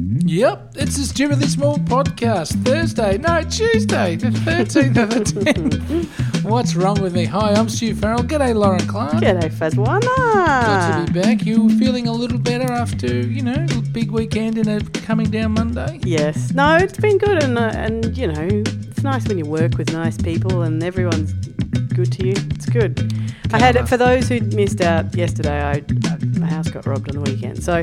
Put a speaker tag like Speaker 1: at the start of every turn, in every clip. Speaker 1: Yep, it's the Stupidly Small Podcast, Thursday, no, Tuesday, the 13th of the 10th. What's wrong with me? Hi, I'm Stu Farrell. G'day, Lauren Clark.
Speaker 2: G'day,
Speaker 1: Good to
Speaker 2: Fazwana.
Speaker 1: be back. You feeling a little better after, you know, a big weekend and a coming down Monday?
Speaker 2: Yes. No, it's been good, and uh, and you know, it's nice when you work with nice people, and everyone's good to you. It's good. I had it for those who missed out yesterday. I uh, my house got robbed on the weekend, so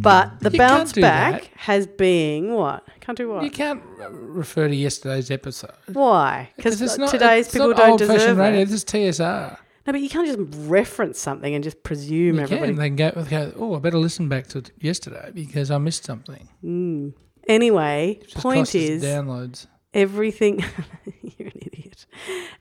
Speaker 2: but the
Speaker 1: You can't
Speaker 2: bounce
Speaker 1: do
Speaker 2: back
Speaker 1: that.
Speaker 2: has been what? Can't do what?
Speaker 1: You can't re- refer to yesterday's episode.
Speaker 2: Why? Because
Speaker 1: it's not-
Speaker 2: today's
Speaker 1: it's
Speaker 2: people
Speaker 1: not
Speaker 2: don't
Speaker 1: old-fashioned
Speaker 2: deserve
Speaker 1: radio,
Speaker 2: it.
Speaker 1: This is TSR.
Speaker 2: No, but you can't just reference something and just presume
Speaker 1: You
Speaker 2: everybody
Speaker 1: can. They can go, they go, oh, I better listen back to yesterday because I missed something.
Speaker 2: Mm. Anyway,
Speaker 1: Just
Speaker 2: point
Speaker 1: costs us
Speaker 2: is,
Speaker 1: downloads.
Speaker 2: everything. you're an idiot.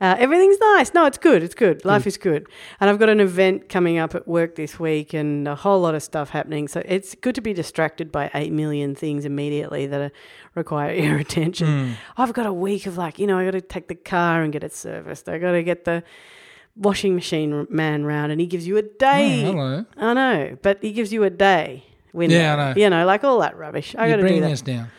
Speaker 2: Uh, everything's nice. No, it's good. It's good.
Speaker 1: Mm.
Speaker 2: Life is good. And I've got an event coming up at work this week and a whole lot of stuff happening. So it's good to be distracted by 8 million things immediately that are, require your attention.
Speaker 1: Mm.
Speaker 2: I've got a week of like, you know, I got to take the car and get it serviced. I got to get the washing machine man round and he gives you a day.
Speaker 1: Oh, hello.
Speaker 2: I know, but he gives you a day. Window,
Speaker 1: Yeah, I know.
Speaker 2: You know, like all that rubbish. I got
Speaker 1: You're
Speaker 2: to do
Speaker 1: bringing
Speaker 2: that.
Speaker 1: us down.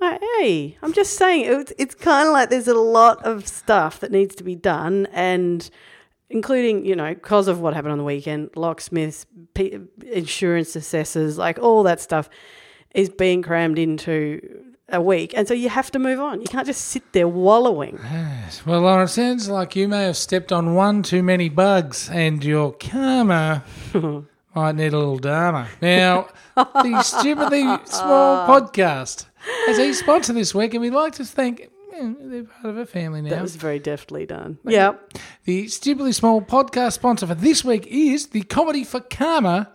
Speaker 2: Uh, Hey, I'm just saying it's, it's kind of like there's a lot of stuff that needs to be done, and including you know because of what happened on the weekend, locksmiths, p- insurance assessors, like all that stuff is being crammed into a week, and so you have to move on. You can't just sit there wallowing.
Speaker 1: Yes. Well, Lauren, it sounds like you may have stepped on one too many bugs and your karma might need a little dharma. Now, the Stupidly Small podcast has a sponsor this week, and we'd like to thank. eh, They're part of a family now.
Speaker 2: That was very deftly done. Yeah,
Speaker 1: The Stupidly Small podcast sponsor for this week is the Comedy for Karma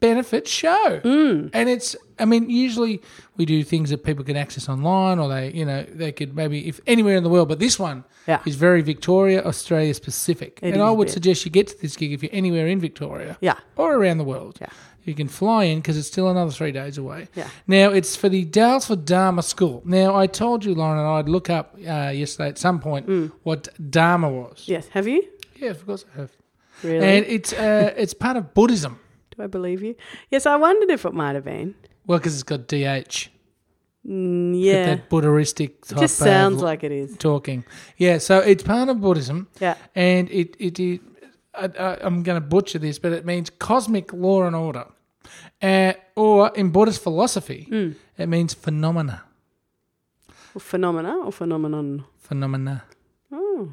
Speaker 1: benefit show.
Speaker 2: Mm.
Speaker 1: And it's, I mean, usually we do things that people can access online or they, you know, they could maybe, if anywhere in the world, but this one
Speaker 2: Yeah.
Speaker 1: is very Victoria, Australia specific.
Speaker 2: It
Speaker 1: and I
Speaker 2: is a
Speaker 1: would
Speaker 2: bit.
Speaker 1: suggest you get to this gig if you're anywhere in Victoria
Speaker 2: yeah,
Speaker 1: or around the world.
Speaker 2: Yeah.
Speaker 1: You can fly in because it's still another three days away.
Speaker 2: Yeah.
Speaker 1: Now it's for the Dalesford Dharma School. Now I told you, Lauren, and I'd look up uh, yesterday at some point
Speaker 2: Mm.
Speaker 1: what Dharma was.
Speaker 2: yes. Have you
Speaker 1: Yeah, of course I have.
Speaker 2: really?
Speaker 1: And it's uh, it's part of Buddhism.
Speaker 2: Do I believe you? Yes, I wondered if it might have been.
Speaker 1: Well, because it's got DH,
Speaker 2: Mm,
Speaker 1: got
Speaker 2: yeah,
Speaker 1: that uh, Buddhistic
Speaker 2: it
Speaker 1: type
Speaker 2: just
Speaker 1: of
Speaker 2: sounds like it is.
Speaker 1: talking. Yeah, so it's part of Buddhism,
Speaker 2: Yeah.
Speaker 1: and it it, it I, I, I'm going to butcher this, but it means cosmic law and order, uh, or in Buddhist philosophy,
Speaker 2: Hmm.
Speaker 1: it means phenomena.
Speaker 2: phenomena or phenomenon?
Speaker 1: Phenomena.
Speaker 2: Oh,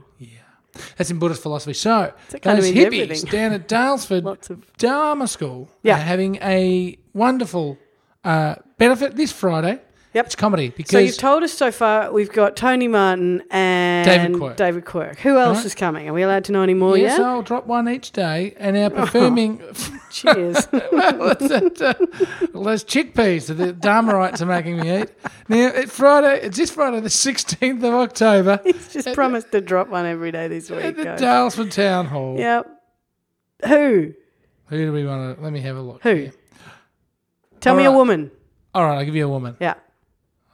Speaker 1: That's in Buddhist philosophy. So
Speaker 2: it kind of
Speaker 1: those hippies
Speaker 2: means everything.
Speaker 1: down at Dalesford
Speaker 2: lots of
Speaker 1: Dharma School
Speaker 2: Yeah.
Speaker 1: are having a wonderful uh, benefit this Friday.
Speaker 2: Yep.
Speaker 1: It's comedy because
Speaker 2: So you've told us so far we've got Tony Martin and
Speaker 1: David Quirk.
Speaker 2: David Quirk. Who else
Speaker 1: Alright.
Speaker 2: is coming? Are we allowed to know any more
Speaker 1: yes,
Speaker 2: yet?
Speaker 1: I'll drop one each day, and our
Speaker 2: Oh.
Speaker 1: performing
Speaker 2: Cheers.
Speaker 1: well, that, uh, all those chickpeas that the Dharmaites are making me eat. Now, it, Friday, it's this Friday, the sixteenth of October,
Speaker 2: He's just promised to drop one every day this
Speaker 1: at
Speaker 2: week.
Speaker 1: the
Speaker 2: guys.
Speaker 1: Dalesford Town Hall.
Speaker 2: Yep. Who?
Speaker 1: Who do we want to? Let me have a look.
Speaker 2: Who?
Speaker 1: here.
Speaker 2: Tell me a
Speaker 1: Alright.
Speaker 2: woman.
Speaker 1: All right, I'll give you a woman.
Speaker 2: Yeah.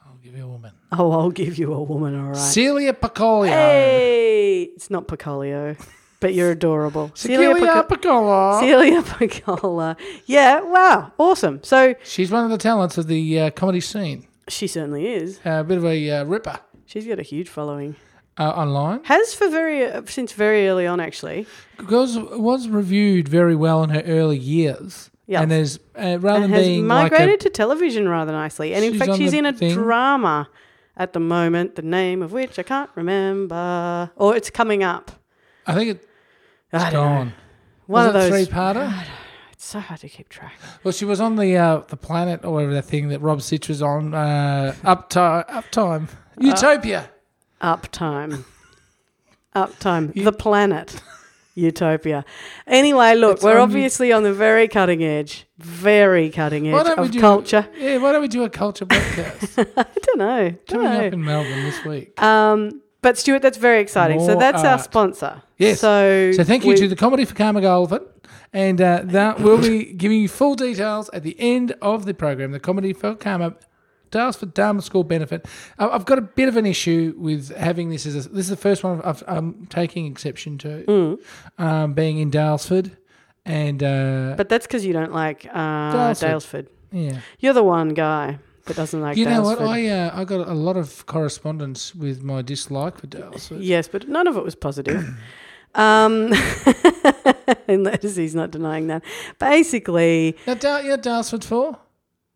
Speaker 1: I'll give you a woman.
Speaker 2: Oh, I'll give you a woman, all right.
Speaker 1: Celia Piccolio.
Speaker 2: Hey, it's not Piccolio, but you're adorable.
Speaker 1: Celia
Speaker 2: Picco-
Speaker 1: Piccolio.
Speaker 2: Celia Piccola. Yeah, wow, awesome. So
Speaker 1: She's one of the talents of the uh, comedy scene.
Speaker 2: she certainly is.
Speaker 1: Uh, a bit of a uh, ripper
Speaker 2: She's got a huge following.
Speaker 1: uh, online.
Speaker 2: Has for very uh, since very early on actually.
Speaker 1: Because it was reviewed very well in her early years.
Speaker 2: Yes.
Speaker 1: And there's uh, rather
Speaker 2: and
Speaker 1: than
Speaker 2: has
Speaker 1: being
Speaker 2: migrated
Speaker 1: like
Speaker 2: to television rather nicely. And in
Speaker 1: She's
Speaker 2: fact,
Speaker 1: on
Speaker 2: she's
Speaker 1: the
Speaker 2: in a
Speaker 1: thing.
Speaker 2: drama at the moment, the name of which I can't remember, or it's coming up.
Speaker 1: a, I think it
Speaker 2: I
Speaker 1: has
Speaker 2: don't
Speaker 1: gone.
Speaker 2: know. One
Speaker 1: was
Speaker 2: of
Speaker 1: it
Speaker 2: those.
Speaker 1: three-parter?
Speaker 2: It's so hard to keep track.
Speaker 1: Well, she was on the uh, the planet or whatever that thing that Rob Sitch was on. Uh, uptime, uptime,
Speaker 2: Uh,
Speaker 1: Utopia.
Speaker 2: Uptime, uptime, the planet. Utopia. Anyway, look,
Speaker 1: It's
Speaker 2: we're
Speaker 1: on
Speaker 2: obviously on the very cutting edge, very cutting
Speaker 1: Why
Speaker 2: edge
Speaker 1: don't we
Speaker 2: of
Speaker 1: do
Speaker 2: culture.
Speaker 1: Yeah, why don't we do a culture podcast
Speaker 2: I don't know.
Speaker 1: coming
Speaker 2: don't know.
Speaker 1: up in Melbourne this week?
Speaker 2: Um, but Stuart, that's very exciting. so
Speaker 1: More
Speaker 2: that's our
Speaker 1: art.
Speaker 2: sponsor.
Speaker 1: Yes.
Speaker 2: So,
Speaker 1: So thank you
Speaker 2: we-
Speaker 1: to the Comedy for Karma Golden. And uh, that will be giving you full details at the end of the program. The Comedy for Karma Dalesford Dharma School benefit. I- I've got a bit of an issue with having this as a, this is the first one I've, I'm taking exception to, um, being in Dalesford, and uh,
Speaker 2: But that's because you don't like uh,
Speaker 1: Dalesford.
Speaker 2: Dalesford.
Speaker 1: yeah,
Speaker 2: You're the one guy but doesn't like
Speaker 1: you know what?
Speaker 2: Dalesford.
Speaker 1: I uh, I got a lot of correspondence with my dislike for Dalesford.
Speaker 2: Yes, but none of it was positive. um, unless he's not denying that. Basically,
Speaker 1: Now, Dal- you know what Dalesford for?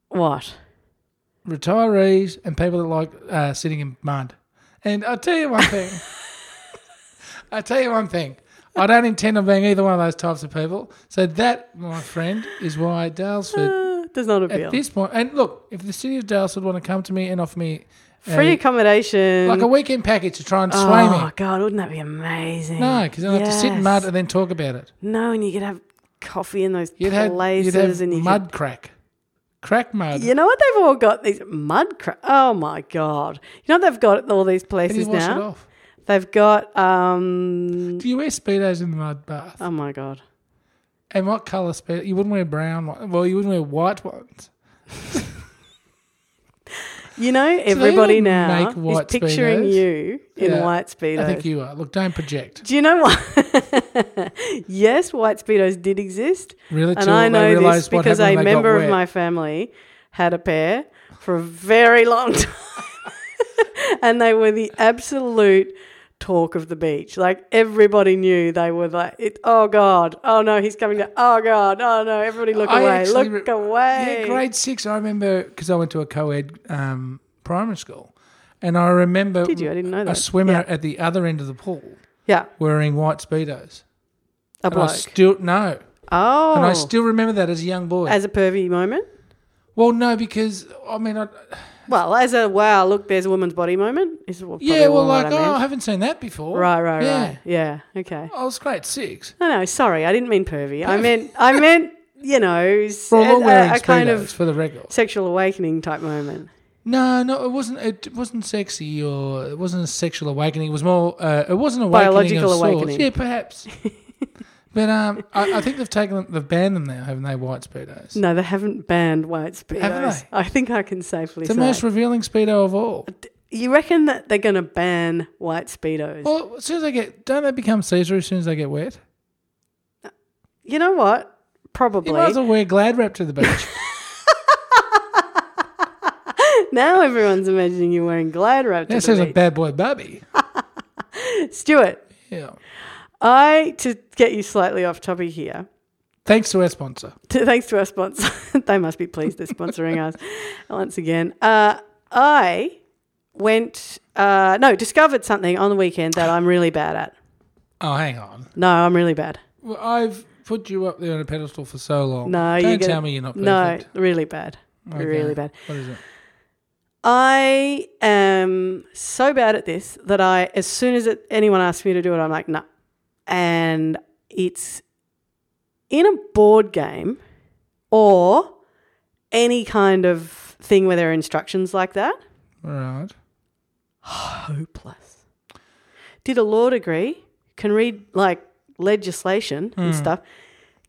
Speaker 2: what?
Speaker 1: Retirees and people that like uh, sitting in mud. And I'll tell you one thing. I'll tell you one thing. I don't intend on being either one of those types of people. So that, my friend, is why Dalesford
Speaker 2: Uh, does not appeal.
Speaker 1: at this point. And look, if the city of Dallas would want to come to me and offer me a-
Speaker 2: Free accommodation.
Speaker 1: like a weekend package to try and sway
Speaker 2: oh,
Speaker 1: me,
Speaker 2: God, wouldn't that be amazing?
Speaker 1: no, because I'd have to sit in
Speaker 2: Yes.
Speaker 1: mud and then talk about it.
Speaker 2: No, and you could have coffee in those
Speaker 1: You'd have
Speaker 2: places
Speaker 1: you'd have
Speaker 2: and you
Speaker 1: mud crack, crack mud.
Speaker 2: Could, you know what they've all got these mud cra- oh my god you know what they've got at all these
Speaker 1: How do you
Speaker 2: places
Speaker 1: wash it
Speaker 2: now
Speaker 1: off?
Speaker 2: they've got um
Speaker 1: Do you wear speedos in the mud bath?
Speaker 2: oh my god
Speaker 1: And what colour speedo? You wouldn't wear brown. one- Well, you wouldn't wear white ones.
Speaker 2: you know
Speaker 1: all
Speaker 2: everybody now
Speaker 1: make white
Speaker 2: is picturing
Speaker 1: Speedos?
Speaker 2: you in
Speaker 1: Yeah.
Speaker 2: white speedos
Speaker 1: I think you are. Look, don't project.
Speaker 2: do you know what? yes, white speedos did exist,
Speaker 1: Really,
Speaker 2: and
Speaker 1: till
Speaker 2: I
Speaker 1: they
Speaker 2: know this
Speaker 1: realised what
Speaker 2: because a
Speaker 1: happened when they got
Speaker 2: member of
Speaker 1: wet.
Speaker 2: my family had a pair for a very long time, and they were the absolute talk of the beach. Like everybody knew they were like, it, "Oh God, oh no, he's coming down! Oh God, oh no!" Everybody look
Speaker 1: I
Speaker 2: away,
Speaker 1: actually
Speaker 2: look
Speaker 1: re-
Speaker 2: away.
Speaker 1: Yeah, grade six. I remember because I went to a co-ed um, primary school, and I remember
Speaker 2: Did you? I didn't know
Speaker 1: a
Speaker 2: that.
Speaker 1: swimmer
Speaker 2: Yeah.
Speaker 1: at the other end of the pool
Speaker 2: Yeah,
Speaker 1: wearing white speedos.
Speaker 2: a
Speaker 1: And I
Speaker 2: bloke.
Speaker 1: still no,
Speaker 2: oh,
Speaker 1: and I still remember that as a young boy.
Speaker 2: as a pervy moment.
Speaker 1: well, no, because I mean, I,
Speaker 2: Well, as a wow, look, there's a woman's body moment. Is probably
Speaker 1: yeah, well,
Speaker 2: what
Speaker 1: like
Speaker 2: I
Speaker 1: oh,
Speaker 2: meant.
Speaker 1: I haven't seen that before.
Speaker 2: Right, right,
Speaker 1: yeah.
Speaker 2: right. Yeah. Okay.
Speaker 1: I was grade six.
Speaker 2: No, no. Sorry, I didn't mean pervy. I meant, I meant, you know, s-
Speaker 1: We're all wearing
Speaker 2: a, a
Speaker 1: speedos
Speaker 2: kind of
Speaker 1: for the record.
Speaker 2: sexual awakening type moment.
Speaker 1: No, no, it wasn't. It wasn't sexy or it wasn't a sexual awakening. It was more. Uh, it wasn't awakening
Speaker 2: Biological
Speaker 1: of sorts.
Speaker 2: awakening.
Speaker 1: Yeah, perhaps. but um, I, I think they've taken them. They've banned them now, haven't they? White speedos.
Speaker 2: No, they haven't banned white speedos.
Speaker 1: Haven't they?
Speaker 2: I think I can safely
Speaker 1: It's the
Speaker 2: say.
Speaker 1: most revealing speedo of all.
Speaker 2: you reckon that they're going to ban white speedos?
Speaker 1: Well, as soon as they get, don't they become see-through as soon as they get wet?
Speaker 2: you know what? Probably.
Speaker 1: You might as well wear Glad wrap to the beach.
Speaker 2: now everyone's imagining you wearing Glad wrap. To
Speaker 1: that
Speaker 2: the
Speaker 1: says a
Speaker 2: beach.
Speaker 1: bad boy, Bubby.
Speaker 2: Stuart,
Speaker 1: Yeah.
Speaker 2: I to get you slightly off topic here.
Speaker 1: Thanks to our sponsor.
Speaker 2: to, thanks to our sponsor. they must be pleased they're sponsoring us once again. Uh, I went, uh, no, discovered something on the weekend that I'm really bad at.
Speaker 1: Oh, hang on.
Speaker 2: No, I'm really bad.
Speaker 1: Well, I've put you up there on a pedestal for so long.
Speaker 2: No,
Speaker 1: don't
Speaker 2: you're gonna-
Speaker 1: tell me you're not
Speaker 2: No,
Speaker 1: perfect.
Speaker 2: really bad.
Speaker 1: Okay.
Speaker 2: Really bad.
Speaker 1: What is it?
Speaker 2: I am so bad at this that I, as soon as it, anyone asks me to do it, I'm like, no. And it's in a board game or any kind of thing where there are instructions like that.
Speaker 1: All right.
Speaker 2: hopeless. Did a law degree, can read like legislation and
Speaker 1: Hmm.
Speaker 2: stuff,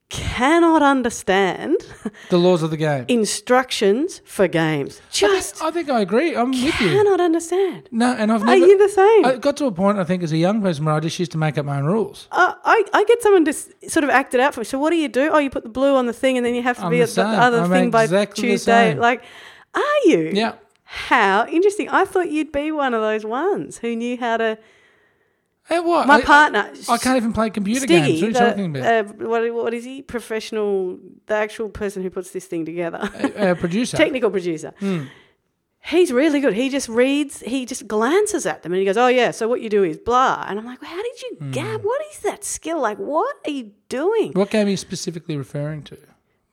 Speaker 2: cannot understand
Speaker 1: The laws of the game.
Speaker 2: instructions for games. Just
Speaker 1: I think I agree. I'm with you.
Speaker 2: cannot understand.
Speaker 1: No, and I've
Speaker 2: Are
Speaker 1: never.
Speaker 2: you the same?
Speaker 1: I got to a point, I think, as a young person where I just used to make up my own rules.
Speaker 2: I, I, I get someone to s- sort of act it out for me. So what do you do? Oh, you put the blue on the thing, and then you have to
Speaker 1: I'm
Speaker 2: be
Speaker 1: the
Speaker 2: at the
Speaker 1: same.
Speaker 2: other
Speaker 1: I'm
Speaker 2: thing by
Speaker 1: exactly the
Speaker 2: Tuesday.
Speaker 1: same.
Speaker 2: Like, are you?
Speaker 1: Yeah.
Speaker 2: How interesting! I thought you'd be one of those ones who knew how to.
Speaker 1: And Eh, what?
Speaker 2: My
Speaker 1: I,
Speaker 2: partner,
Speaker 1: I can't even play computer games. What are you
Speaker 2: the-
Speaker 1: talking about?
Speaker 2: uh, what, what is he? Professional, the actual person who puts this thing together,
Speaker 1: Uh, producer.
Speaker 2: technical producer.
Speaker 1: Hmm.
Speaker 2: He's really good. He just reads, he just glances at them and he goes, Oh, yeah, so what you do is blah. And I'm like, How did you
Speaker 1: Hmm.
Speaker 2: gab? What is that skill? Like, what are you doing?
Speaker 1: what game are you specifically referring to?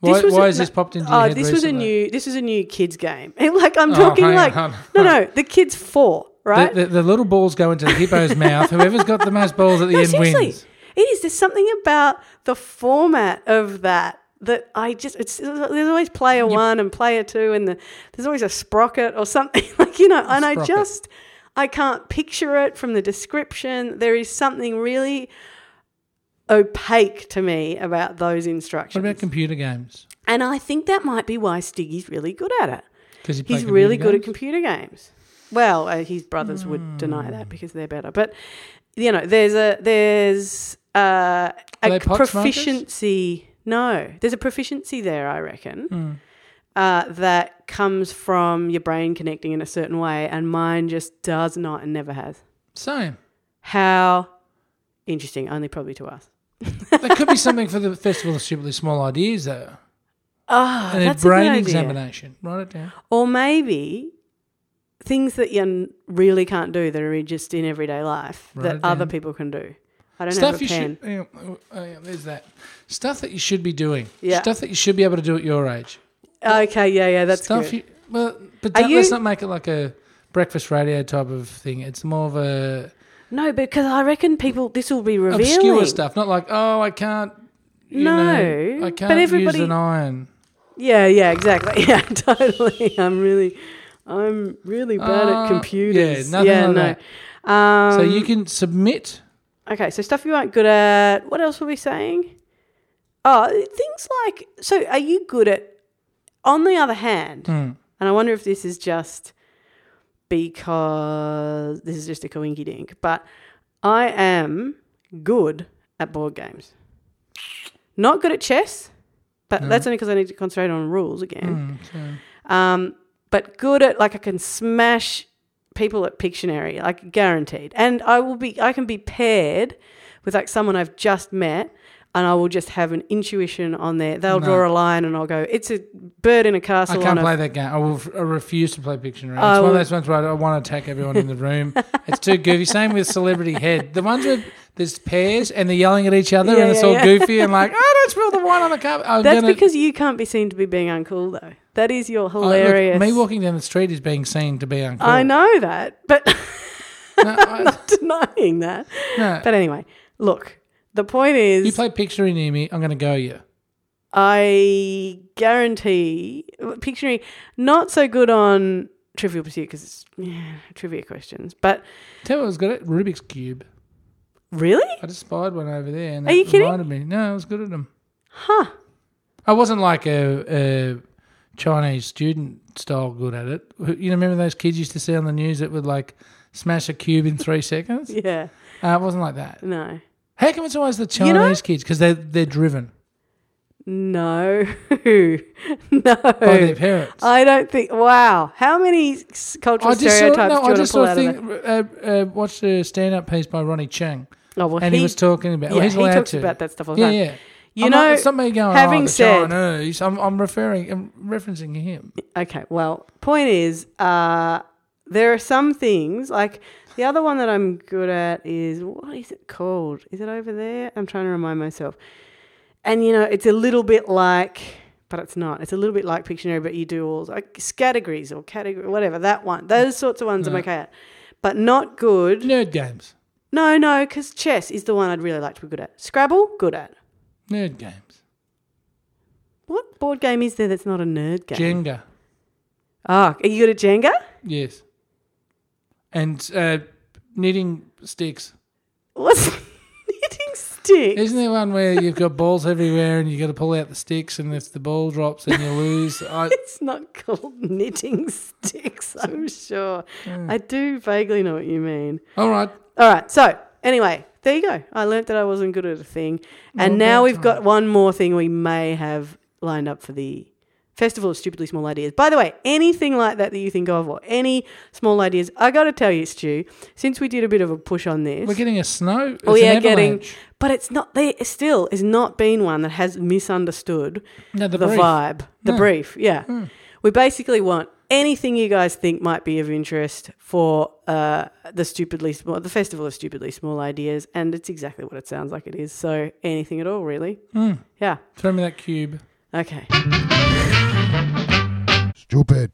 Speaker 1: Why, why has this popped into your
Speaker 2: oh,
Speaker 1: head
Speaker 2: this was a
Speaker 1: recently?
Speaker 2: new this was a new kids game. And, like I'm
Speaker 1: Oh,
Speaker 2: talking
Speaker 1: hang
Speaker 2: like
Speaker 1: on.
Speaker 2: no no the kids four right
Speaker 1: The, the, the little balls go into the hippo's mouth. Whoever's got the most balls at the
Speaker 2: No,
Speaker 1: end
Speaker 2: seriously,
Speaker 1: wins.
Speaker 2: it is. There's something about the format of that that I just. It's there's always player one and player two, and the, there's always a sprocket or something like you know. and I
Speaker 1: sprocket.
Speaker 2: just I can't picture it from the description. There is something really opaque to me about those
Speaker 1: What
Speaker 2: instructions,
Speaker 1: about computer games?
Speaker 2: and I think that might be why Stiggy's really good at it.
Speaker 1: Because you play
Speaker 2: He's
Speaker 1: computer
Speaker 2: really good at
Speaker 1: games?
Speaker 2: computer games. Well, uh, his brothers would deny
Speaker 1: Hmm.
Speaker 2: that because they're better. But you know, there's a there's uh,
Speaker 1: they
Speaker 2: a
Speaker 1: Poxmarkers? Hmm.
Speaker 2: proficiency. No, there's a proficiency there. I reckon. uh, that comes from your brain connecting in a certain way, and mine just does not and never has.
Speaker 1: Same.
Speaker 2: How interesting, only probably to us.
Speaker 1: That could be something for the Festival of Stupidly Small Ideas, though.
Speaker 2: Oh,
Speaker 1: And
Speaker 2: that's
Speaker 1: a brain
Speaker 2: a good idea.
Speaker 1: examination. Write it down.
Speaker 2: Or maybe things that you n- really can't do that are just in everyday life
Speaker 1: Write
Speaker 2: that
Speaker 1: it
Speaker 2: other
Speaker 1: down.
Speaker 2: people can do. I don't
Speaker 1: Stuff
Speaker 2: have a
Speaker 1: you
Speaker 2: pen.
Speaker 1: should. hang on, oh, yeah, there's that. Stuff that you should be doing.
Speaker 2: Yeah.
Speaker 1: Stuff that you should be able to do at your age.
Speaker 2: Okay, yeah, yeah, that's
Speaker 1: stuff
Speaker 2: good.
Speaker 1: you. Well, but
Speaker 2: Are
Speaker 1: don't, let's
Speaker 2: you-
Speaker 1: not make it like a breakfast radio type of thing. It's more of a
Speaker 2: no, because I reckon people this will be revealing.
Speaker 1: obscure stuff, not like oh, I can't. You
Speaker 2: No,
Speaker 1: know, I
Speaker 2: but
Speaker 1: can't
Speaker 2: everybody-
Speaker 1: use an iron.
Speaker 2: Yeah, yeah, exactly. Yeah, totally. I'm really, I'm really bad
Speaker 1: Uh,
Speaker 2: at computers.
Speaker 1: yeah, nothing like
Speaker 2: no. Um,
Speaker 1: so you can submit.
Speaker 2: Okay, so stuff you aren't good at. What else were we saying? Oh, things like so. Are you good at? On the other hand,
Speaker 1: Hmm.
Speaker 2: and I wonder if this is just because this is just a coinky dink, but I am good at board games. Not good at chess, but that's only because I need to concentrate on rules again.
Speaker 1: Hmm, so-
Speaker 2: Um, but good at like I can smash people at Pictionary, like guaranteed. And I will be I can be paired with like someone I've just met and I will just have an intuition on there. They'll
Speaker 1: No.
Speaker 2: draw a line and I'll go, It's a bird in a
Speaker 1: I
Speaker 2: castle
Speaker 1: can't
Speaker 2: on a
Speaker 1: play that game. I will. I refuse to play Pictionary. It's one
Speaker 2: I
Speaker 1: of
Speaker 2: will-
Speaker 1: those ones where I want to attack everyone in the room. It's too goofy. Same with Celebrity Head. The ones where there's pairs and they're yelling at each other
Speaker 2: Yeah,
Speaker 1: and it's
Speaker 2: yeah,
Speaker 1: all
Speaker 2: yeah.
Speaker 1: goofy and like, oh, don't spill the wine on the carpet. I'm
Speaker 2: That's
Speaker 1: gonna,
Speaker 2: because you can't be seen to be being uncool, though. That is your
Speaker 1: Oh, look,
Speaker 2: hilarious.
Speaker 1: me walking down the street is being seen to be uncool.
Speaker 2: I know that, but
Speaker 1: No, I-
Speaker 2: not denying that.
Speaker 1: no.
Speaker 2: But anyway, look. The point
Speaker 1: You
Speaker 2: is,
Speaker 1: play Pictionary near me, I'm going to go you.
Speaker 2: I guarantee Pictionary not so good on Trivial Pursuit because it's yeah, trivia questions. But
Speaker 1: Tell you what I was good at Rubik's Cube.
Speaker 2: really,
Speaker 1: I just spied one over there and
Speaker 2: Are
Speaker 1: it
Speaker 2: you kidding?
Speaker 1: reminded me. No, I was good at them.
Speaker 2: huh?
Speaker 1: I wasn't like a, a Chinese student style good at it. Who- You know, remember those kids used to see on the news that would like smash a cube in three seconds?
Speaker 2: Yeah,
Speaker 1: Uh, it wasn't like that.
Speaker 2: no,
Speaker 1: How come it's always the Chinese
Speaker 2: You know-
Speaker 1: kids? Because they're, they're driven
Speaker 2: no, no.
Speaker 1: by their parents.
Speaker 2: I don't think. Wow, how many s- cultural
Speaker 1: I just saw,
Speaker 2: stereotypes
Speaker 1: no,
Speaker 2: do you
Speaker 1: I
Speaker 2: want
Speaker 1: just
Speaker 2: to pull
Speaker 1: saw a
Speaker 2: out of that?
Speaker 1: thing, uh, uh, watched a stand up piece by Ronnie Chung
Speaker 2: Oh, well,
Speaker 1: and he, was talking about, well,
Speaker 2: yeah,
Speaker 1: he's
Speaker 2: he
Speaker 1: allowed
Speaker 2: talks
Speaker 1: to.
Speaker 2: about that stuff all the
Speaker 1: yeah,
Speaker 2: time.
Speaker 1: yeah.
Speaker 2: You
Speaker 1: I'm
Speaker 2: know,
Speaker 1: not, it's not me going,
Speaker 2: having
Speaker 1: oh, the
Speaker 2: said-
Speaker 1: Chinese. I'm, I'm referring, I'm referencing him.
Speaker 2: okay. Well, point is, uh, there are some things like the other one that I'm good at is what is it called? Is it over there? I'm trying to remind myself. And you know, it's a little bit like, but it's not. It's a little bit like Pictionary, but you do all like categories or category, whatever that one. Those sorts of ones I'm
Speaker 1: Yeah.
Speaker 2: okay at, but not good.
Speaker 1: Nerd games.
Speaker 2: No, no, because chess is the one I'd really like to be good at. Scrabble, good at.
Speaker 1: Nerd games.
Speaker 2: What board game is there that's not a nerd game?
Speaker 1: Jenga.
Speaker 2: Ah, are you good at Jenga?
Speaker 1: Yes. And uh, knitting sticks.
Speaker 2: What's knitting stick?
Speaker 1: Isn't there one where you've got balls everywhere and you got to pull out the sticks and if the ball drops and you lose? I,
Speaker 2: It's not called knitting sticks, I'm sure. I do vaguely know what you mean.
Speaker 1: all right.
Speaker 2: All right, so anyway, there you go. I learnt that I wasn't good at a thing. And
Speaker 1: Well,
Speaker 2: now
Speaker 1: that's
Speaker 2: we've got one more thing we may have lined up for the Festival of Stupidly Small Ideas. By the way, anything like that that you think of or any small ideas, I got to tell you, Stu, since we did a bit of a push on this,
Speaker 1: We're getting a snow. It's
Speaker 2: we
Speaker 1: an
Speaker 2: are getting,
Speaker 1: avalanche.
Speaker 2: but it's not, there still has not been one that has misunderstood
Speaker 1: no, the,
Speaker 2: the,
Speaker 1: brief.
Speaker 2: vibe, the
Speaker 1: Yeah.
Speaker 2: brief. Yeah.
Speaker 1: Hmm.
Speaker 2: We basically want anything you guys think might be of interest for uh, the stupidly small, the festival of stupidly small ideas, and it's exactly what it sounds like it is. So anything at all, really.
Speaker 1: Hmm.
Speaker 2: Yeah.
Speaker 1: Throw me that cube.
Speaker 2: Okay.
Speaker 3: Stupid.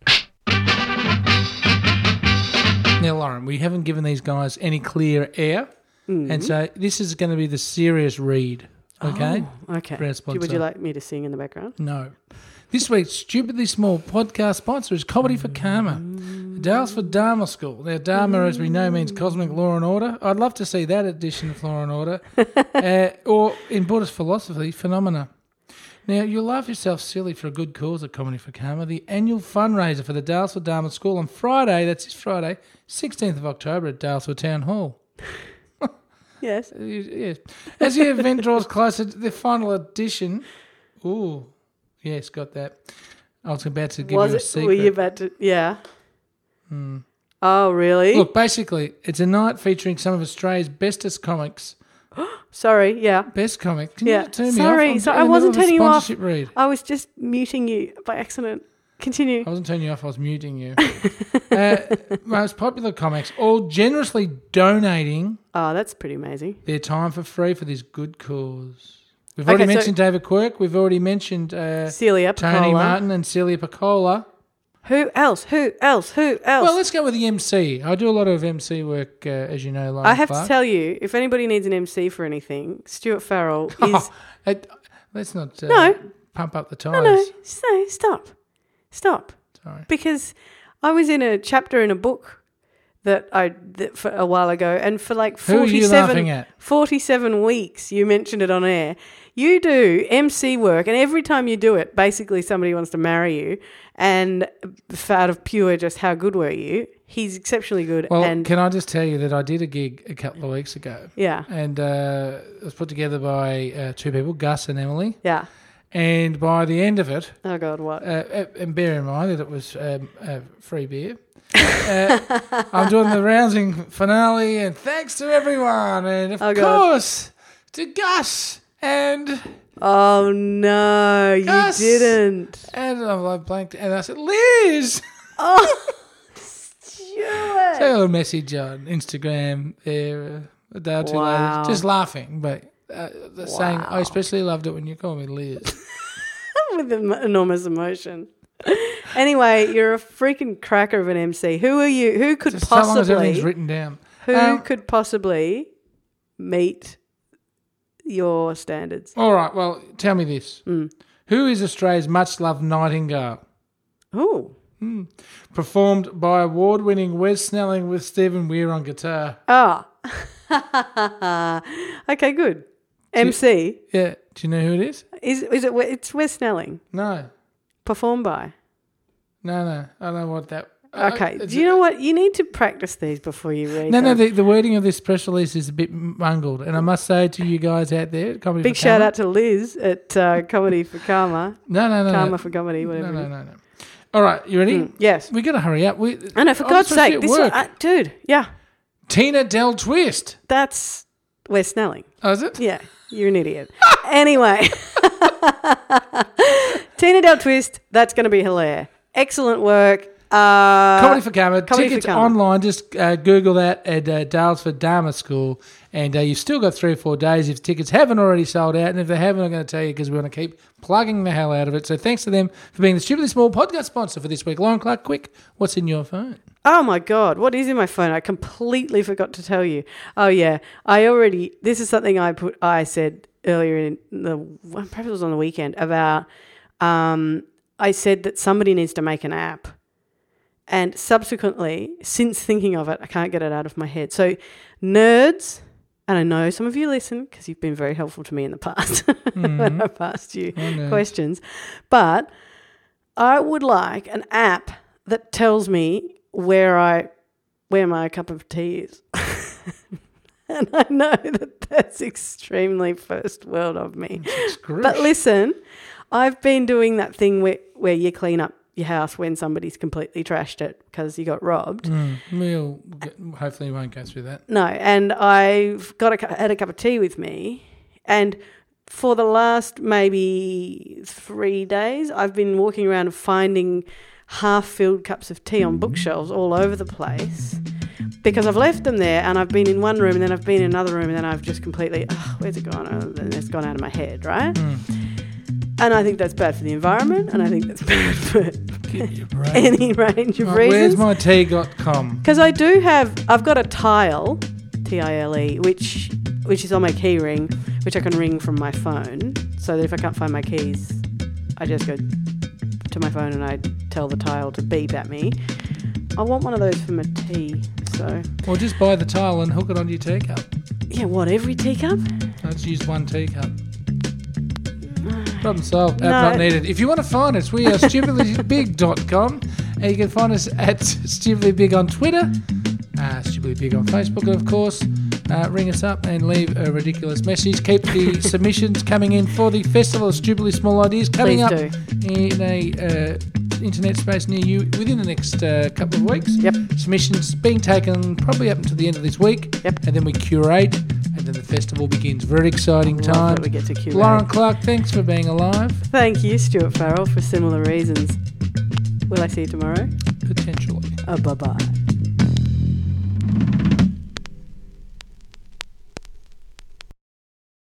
Speaker 1: Now, Lauren, we haven't given these guys any clear air.
Speaker 2: Mm-hmm.
Speaker 1: And so this is going to be the serious read. Okay?
Speaker 2: Oh. Okay.
Speaker 1: For our
Speaker 2: Do you- would
Speaker 1: sponsor.
Speaker 2: you like me to sing in the background?
Speaker 1: No. This week's stupidly small podcast sponsor is Comedy for Karma, the Dalesford Dharma School. Now, Dharma, as we know, means cosmic law and order. I'd love to see that edition of Law and Order, uh, or in Buddhist philosophy, phenomena. Now, you'll laugh yourself silly for a good cause at Comedy for Karma, the annual fundraiser for the Dalesford Dharma School on Friday, that's this Friday, 16th of October at Dalesford Town Hall.
Speaker 2: Yes.
Speaker 1: Uh, Yes. As the event draws closer to the final edition, ooh, yes, got that. I was about to give
Speaker 2: was
Speaker 1: you a
Speaker 2: it?
Speaker 1: secret. Hmm.
Speaker 2: Were you about to? Yeah. Oh, really?
Speaker 1: Look, basically, it's a night featuring some of Australia's bestest comics.
Speaker 2: Sorry. Yeah.
Speaker 1: Best comics. Can
Speaker 2: Yeah.
Speaker 1: you turn me
Speaker 2: Sorry,
Speaker 1: off? I'm
Speaker 2: so
Speaker 1: in
Speaker 2: I
Speaker 1: the
Speaker 2: wasn't
Speaker 1: middle of a
Speaker 2: turning you off.
Speaker 1: sponsorship Read.
Speaker 2: I was just muting you by accident. Continue.
Speaker 1: I wasn't turning you off. I was muting you. uh, most popular comics, all generously donating
Speaker 2: Oh, that's pretty amazing.
Speaker 1: their time for free for this good cause. We've
Speaker 2: Okay,
Speaker 1: already
Speaker 2: so-
Speaker 1: mentioned David Quirk. We've already mentioned uh,
Speaker 2: Celia
Speaker 1: Tony
Speaker 2: Piccola.
Speaker 1: Martin and Celia Piccola.
Speaker 2: Who else? Who else? Who else?
Speaker 1: Well, let's go with the MC. I do a lot of MC work, uh, as you know. Lauren
Speaker 2: I have
Speaker 1: Clark.
Speaker 2: to tell you, if anybody needs an MC for anything, Stuart Farrell
Speaker 1: Oh,
Speaker 2: is.
Speaker 1: It- let's not uh,
Speaker 2: No.
Speaker 1: pump up the tires.
Speaker 2: no, no, no, stop, stop.
Speaker 1: Sorry.
Speaker 2: Because I was in a chapter in a book that I that for a while ago, and for like
Speaker 1: Who are you
Speaker 2: 47,
Speaker 1: laughing at?
Speaker 2: 47 weeks, you mentioned it on air. You do MC work, and every time you do it, basically somebody wants to marry you, and f- out of pure just how good were you? He's exceptionally good,
Speaker 1: Well,
Speaker 2: and
Speaker 1: can I just tell you that I did a gig a couple of weeks ago,
Speaker 2: yeah,
Speaker 1: and uh, it was put together by uh, two people, Gus and Emily.
Speaker 2: yeah.
Speaker 1: And by the end of it,
Speaker 2: Oh God, what?
Speaker 1: uh, and bear in mind that it was um, uh, free beer. uh, I'm doing the rousing finale, and thanks to everyone, and of
Speaker 2: Oh, God.
Speaker 1: course to Gus and
Speaker 2: Oh no, you
Speaker 1: Yes.
Speaker 2: didn't.
Speaker 1: and I'm like blanked, and I said Liz.
Speaker 2: Oh, Stuart.
Speaker 1: Say a little message on Instagram there uh, a day or two
Speaker 2: Wow.
Speaker 1: later, just laughing, but uh, the saying I
Speaker 2: Wow.
Speaker 1: especially loved it when you called me Liz.
Speaker 2: with em- enormous emotion. anyway, you're a freaking cracker of an MC. Who are you? Who could
Speaker 1: just so long as
Speaker 2: possibly?
Speaker 1: everything's written down.
Speaker 2: who
Speaker 1: Um,
Speaker 2: could possibly meet your standards?
Speaker 1: All right, well, tell me this:
Speaker 2: Hmm.
Speaker 1: Who is Australia's much-loved nightingale?
Speaker 2: Oh,
Speaker 1: Performed by award-winning Wes Snelling with Stephen Weir on guitar.
Speaker 2: ah, okay, good. MC
Speaker 1: Yeah, do you know who it is?
Speaker 2: is is it? Wes- It's Wes Snelling
Speaker 1: No,
Speaker 2: performed by.
Speaker 1: no, no. I don't know what that. I-
Speaker 2: Okay,
Speaker 1: it's-
Speaker 2: do you know what? You need to practice these before you read.
Speaker 1: Uh, No, no.
Speaker 2: them.
Speaker 1: The, the wording of this press release is a bit mangled, and I must say to you guys out there, Comedy
Speaker 2: Big
Speaker 1: for
Speaker 2: shout
Speaker 1: Karma-
Speaker 2: out to Liz at uh, Comedy for Karma,
Speaker 1: No, no, no, no.
Speaker 2: Karma for Hmm. Comedy, whatever.
Speaker 1: No,
Speaker 2: it
Speaker 1: no,
Speaker 2: is.
Speaker 1: no, no. All right, you ready?
Speaker 2: Yes.
Speaker 1: We gotta hurry up. We,
Speaker 2: I know, for
Speaker 1: I'm supposed
Speaker 2: God's
Speaker 1: to be
Speaker 2: sake,
Speaker 1: at
Speaker 2: this
Speaker 1: Oh, work.
Speaker 2: one, uh, dude, yeah,
Speaker 1: Tina Del Twist.
Speaker 2: that's Wes Snelling.
Speaker 1: Oh, is it?
Speaker 2: Yeah, you're an idiot. anyway, Tina Del Twist, that's going to be hilarious. Excellent work. Uh,
Speaker 1: Comedy for Karma.
Speaker 2: Comedy for
Speaker 1: Tickets
Speaker 2: Karma.
Speaker 1: online. Just uh, Google that at uh, Dalesford Dharma School, and uh, you've still got three or four days if tickets haven't already sold out. And if they haven't, I'm going to tell you because we want to keep plugging the hell out of it. So thanks to them for being the stupidly small podcast sponsor for this week. Lauren Clark, quick, what's in your phone?
Speaker 2: Oh my God, what is in my phone? I completely forgot to tell you. Oh, yeah, I already, this is something I put, I said earlier in the, perhaps it was on the weekend, about, um, I said that somebody needs to make an app. And subsequently, since thinking of it, I can't get it out of my head. So, nerds, and I know some of you listen because you've been very helpful to me in the past when I've asked you
Speaker 1: nerds.
Speaker 2: questions, but I would like an app that tells me where I where my cup of tea is. and I know that that's extremely first world of me.
Speaker 1: Scrooge.
Speaker 2: But listen, I've been doing that thing where, where you clean up your house when somebody's completely trashed it because you got robbed.
Speaker 1: Mm, we'll get, hopefully we won't go through that.
Speaker 2: No, and I've got a, cu- had a cup of tea with me, and for the last maybe three days, I've been walking around and finding half-filled cups of tea
Speaker 1: Mm-hmm.
Speaker 2: on bookshelves all over the place because I've left them there, and I've been in one room, and then I've been in another room, and then I've just completely, oh, where's it gone? Oh, and it's gone out of my head, right? And I think that's bad for the environment, and I think that's bad for
Speaker 1: Give me a break.
Speaker 2: any range of
Speaker 1: Mm. Right, Where's
Speaker 2: reasons.
Speaker 1: my tea.com?
Speaker 2: Because I do have, I've got a tile, T I L E, which which is on my key ring, which I can ring from my phone. So that if I can't find my keys, I just go to my phone and I tell the tile to beep at me. I want one of those for my tea. So
Speaker 1: Or just buy the tile and hook it onto your teacup.
Speaker 2: yeah, what every teacup?
Speaker 1: Let's use one teacup. Problem solved. App
Speaker 2: No.
Speaker 1: not needed. If you want to find us, we are stupidlybig.com. And you can find us at stupidlybig on Twitter, uh, stupidlybig on Facebook, and of course. Uh, ring us up and leave a ridiculous message. Keep the submissions coming in for the Festival of Stupidly Small Ideas coming
Speaker 2: Please
Speaker 1: up
Speaker 2: do.
Speaker 1: in a uh, internet space near you within the next uh, couple of weeks.
Speaker 2: Yep.
Speaker 1: Submissions being taken probably up until the end of this week.
Speaker 2: Yep.
Speaker 1: And then we curate, and then the festival begins. Very exciting
Speaker 2: Love
Speaker 1: time.
Speaker 2: that we get to curate.
Speaker 1: Lauren Clark, thanks for being alive.
Speaker 2: Thank you, Stuart Farrell, for similar reasons. Will I see you tomorrow?
Speaker 1: Potentially.
Speaker 2: Uh, bye bye.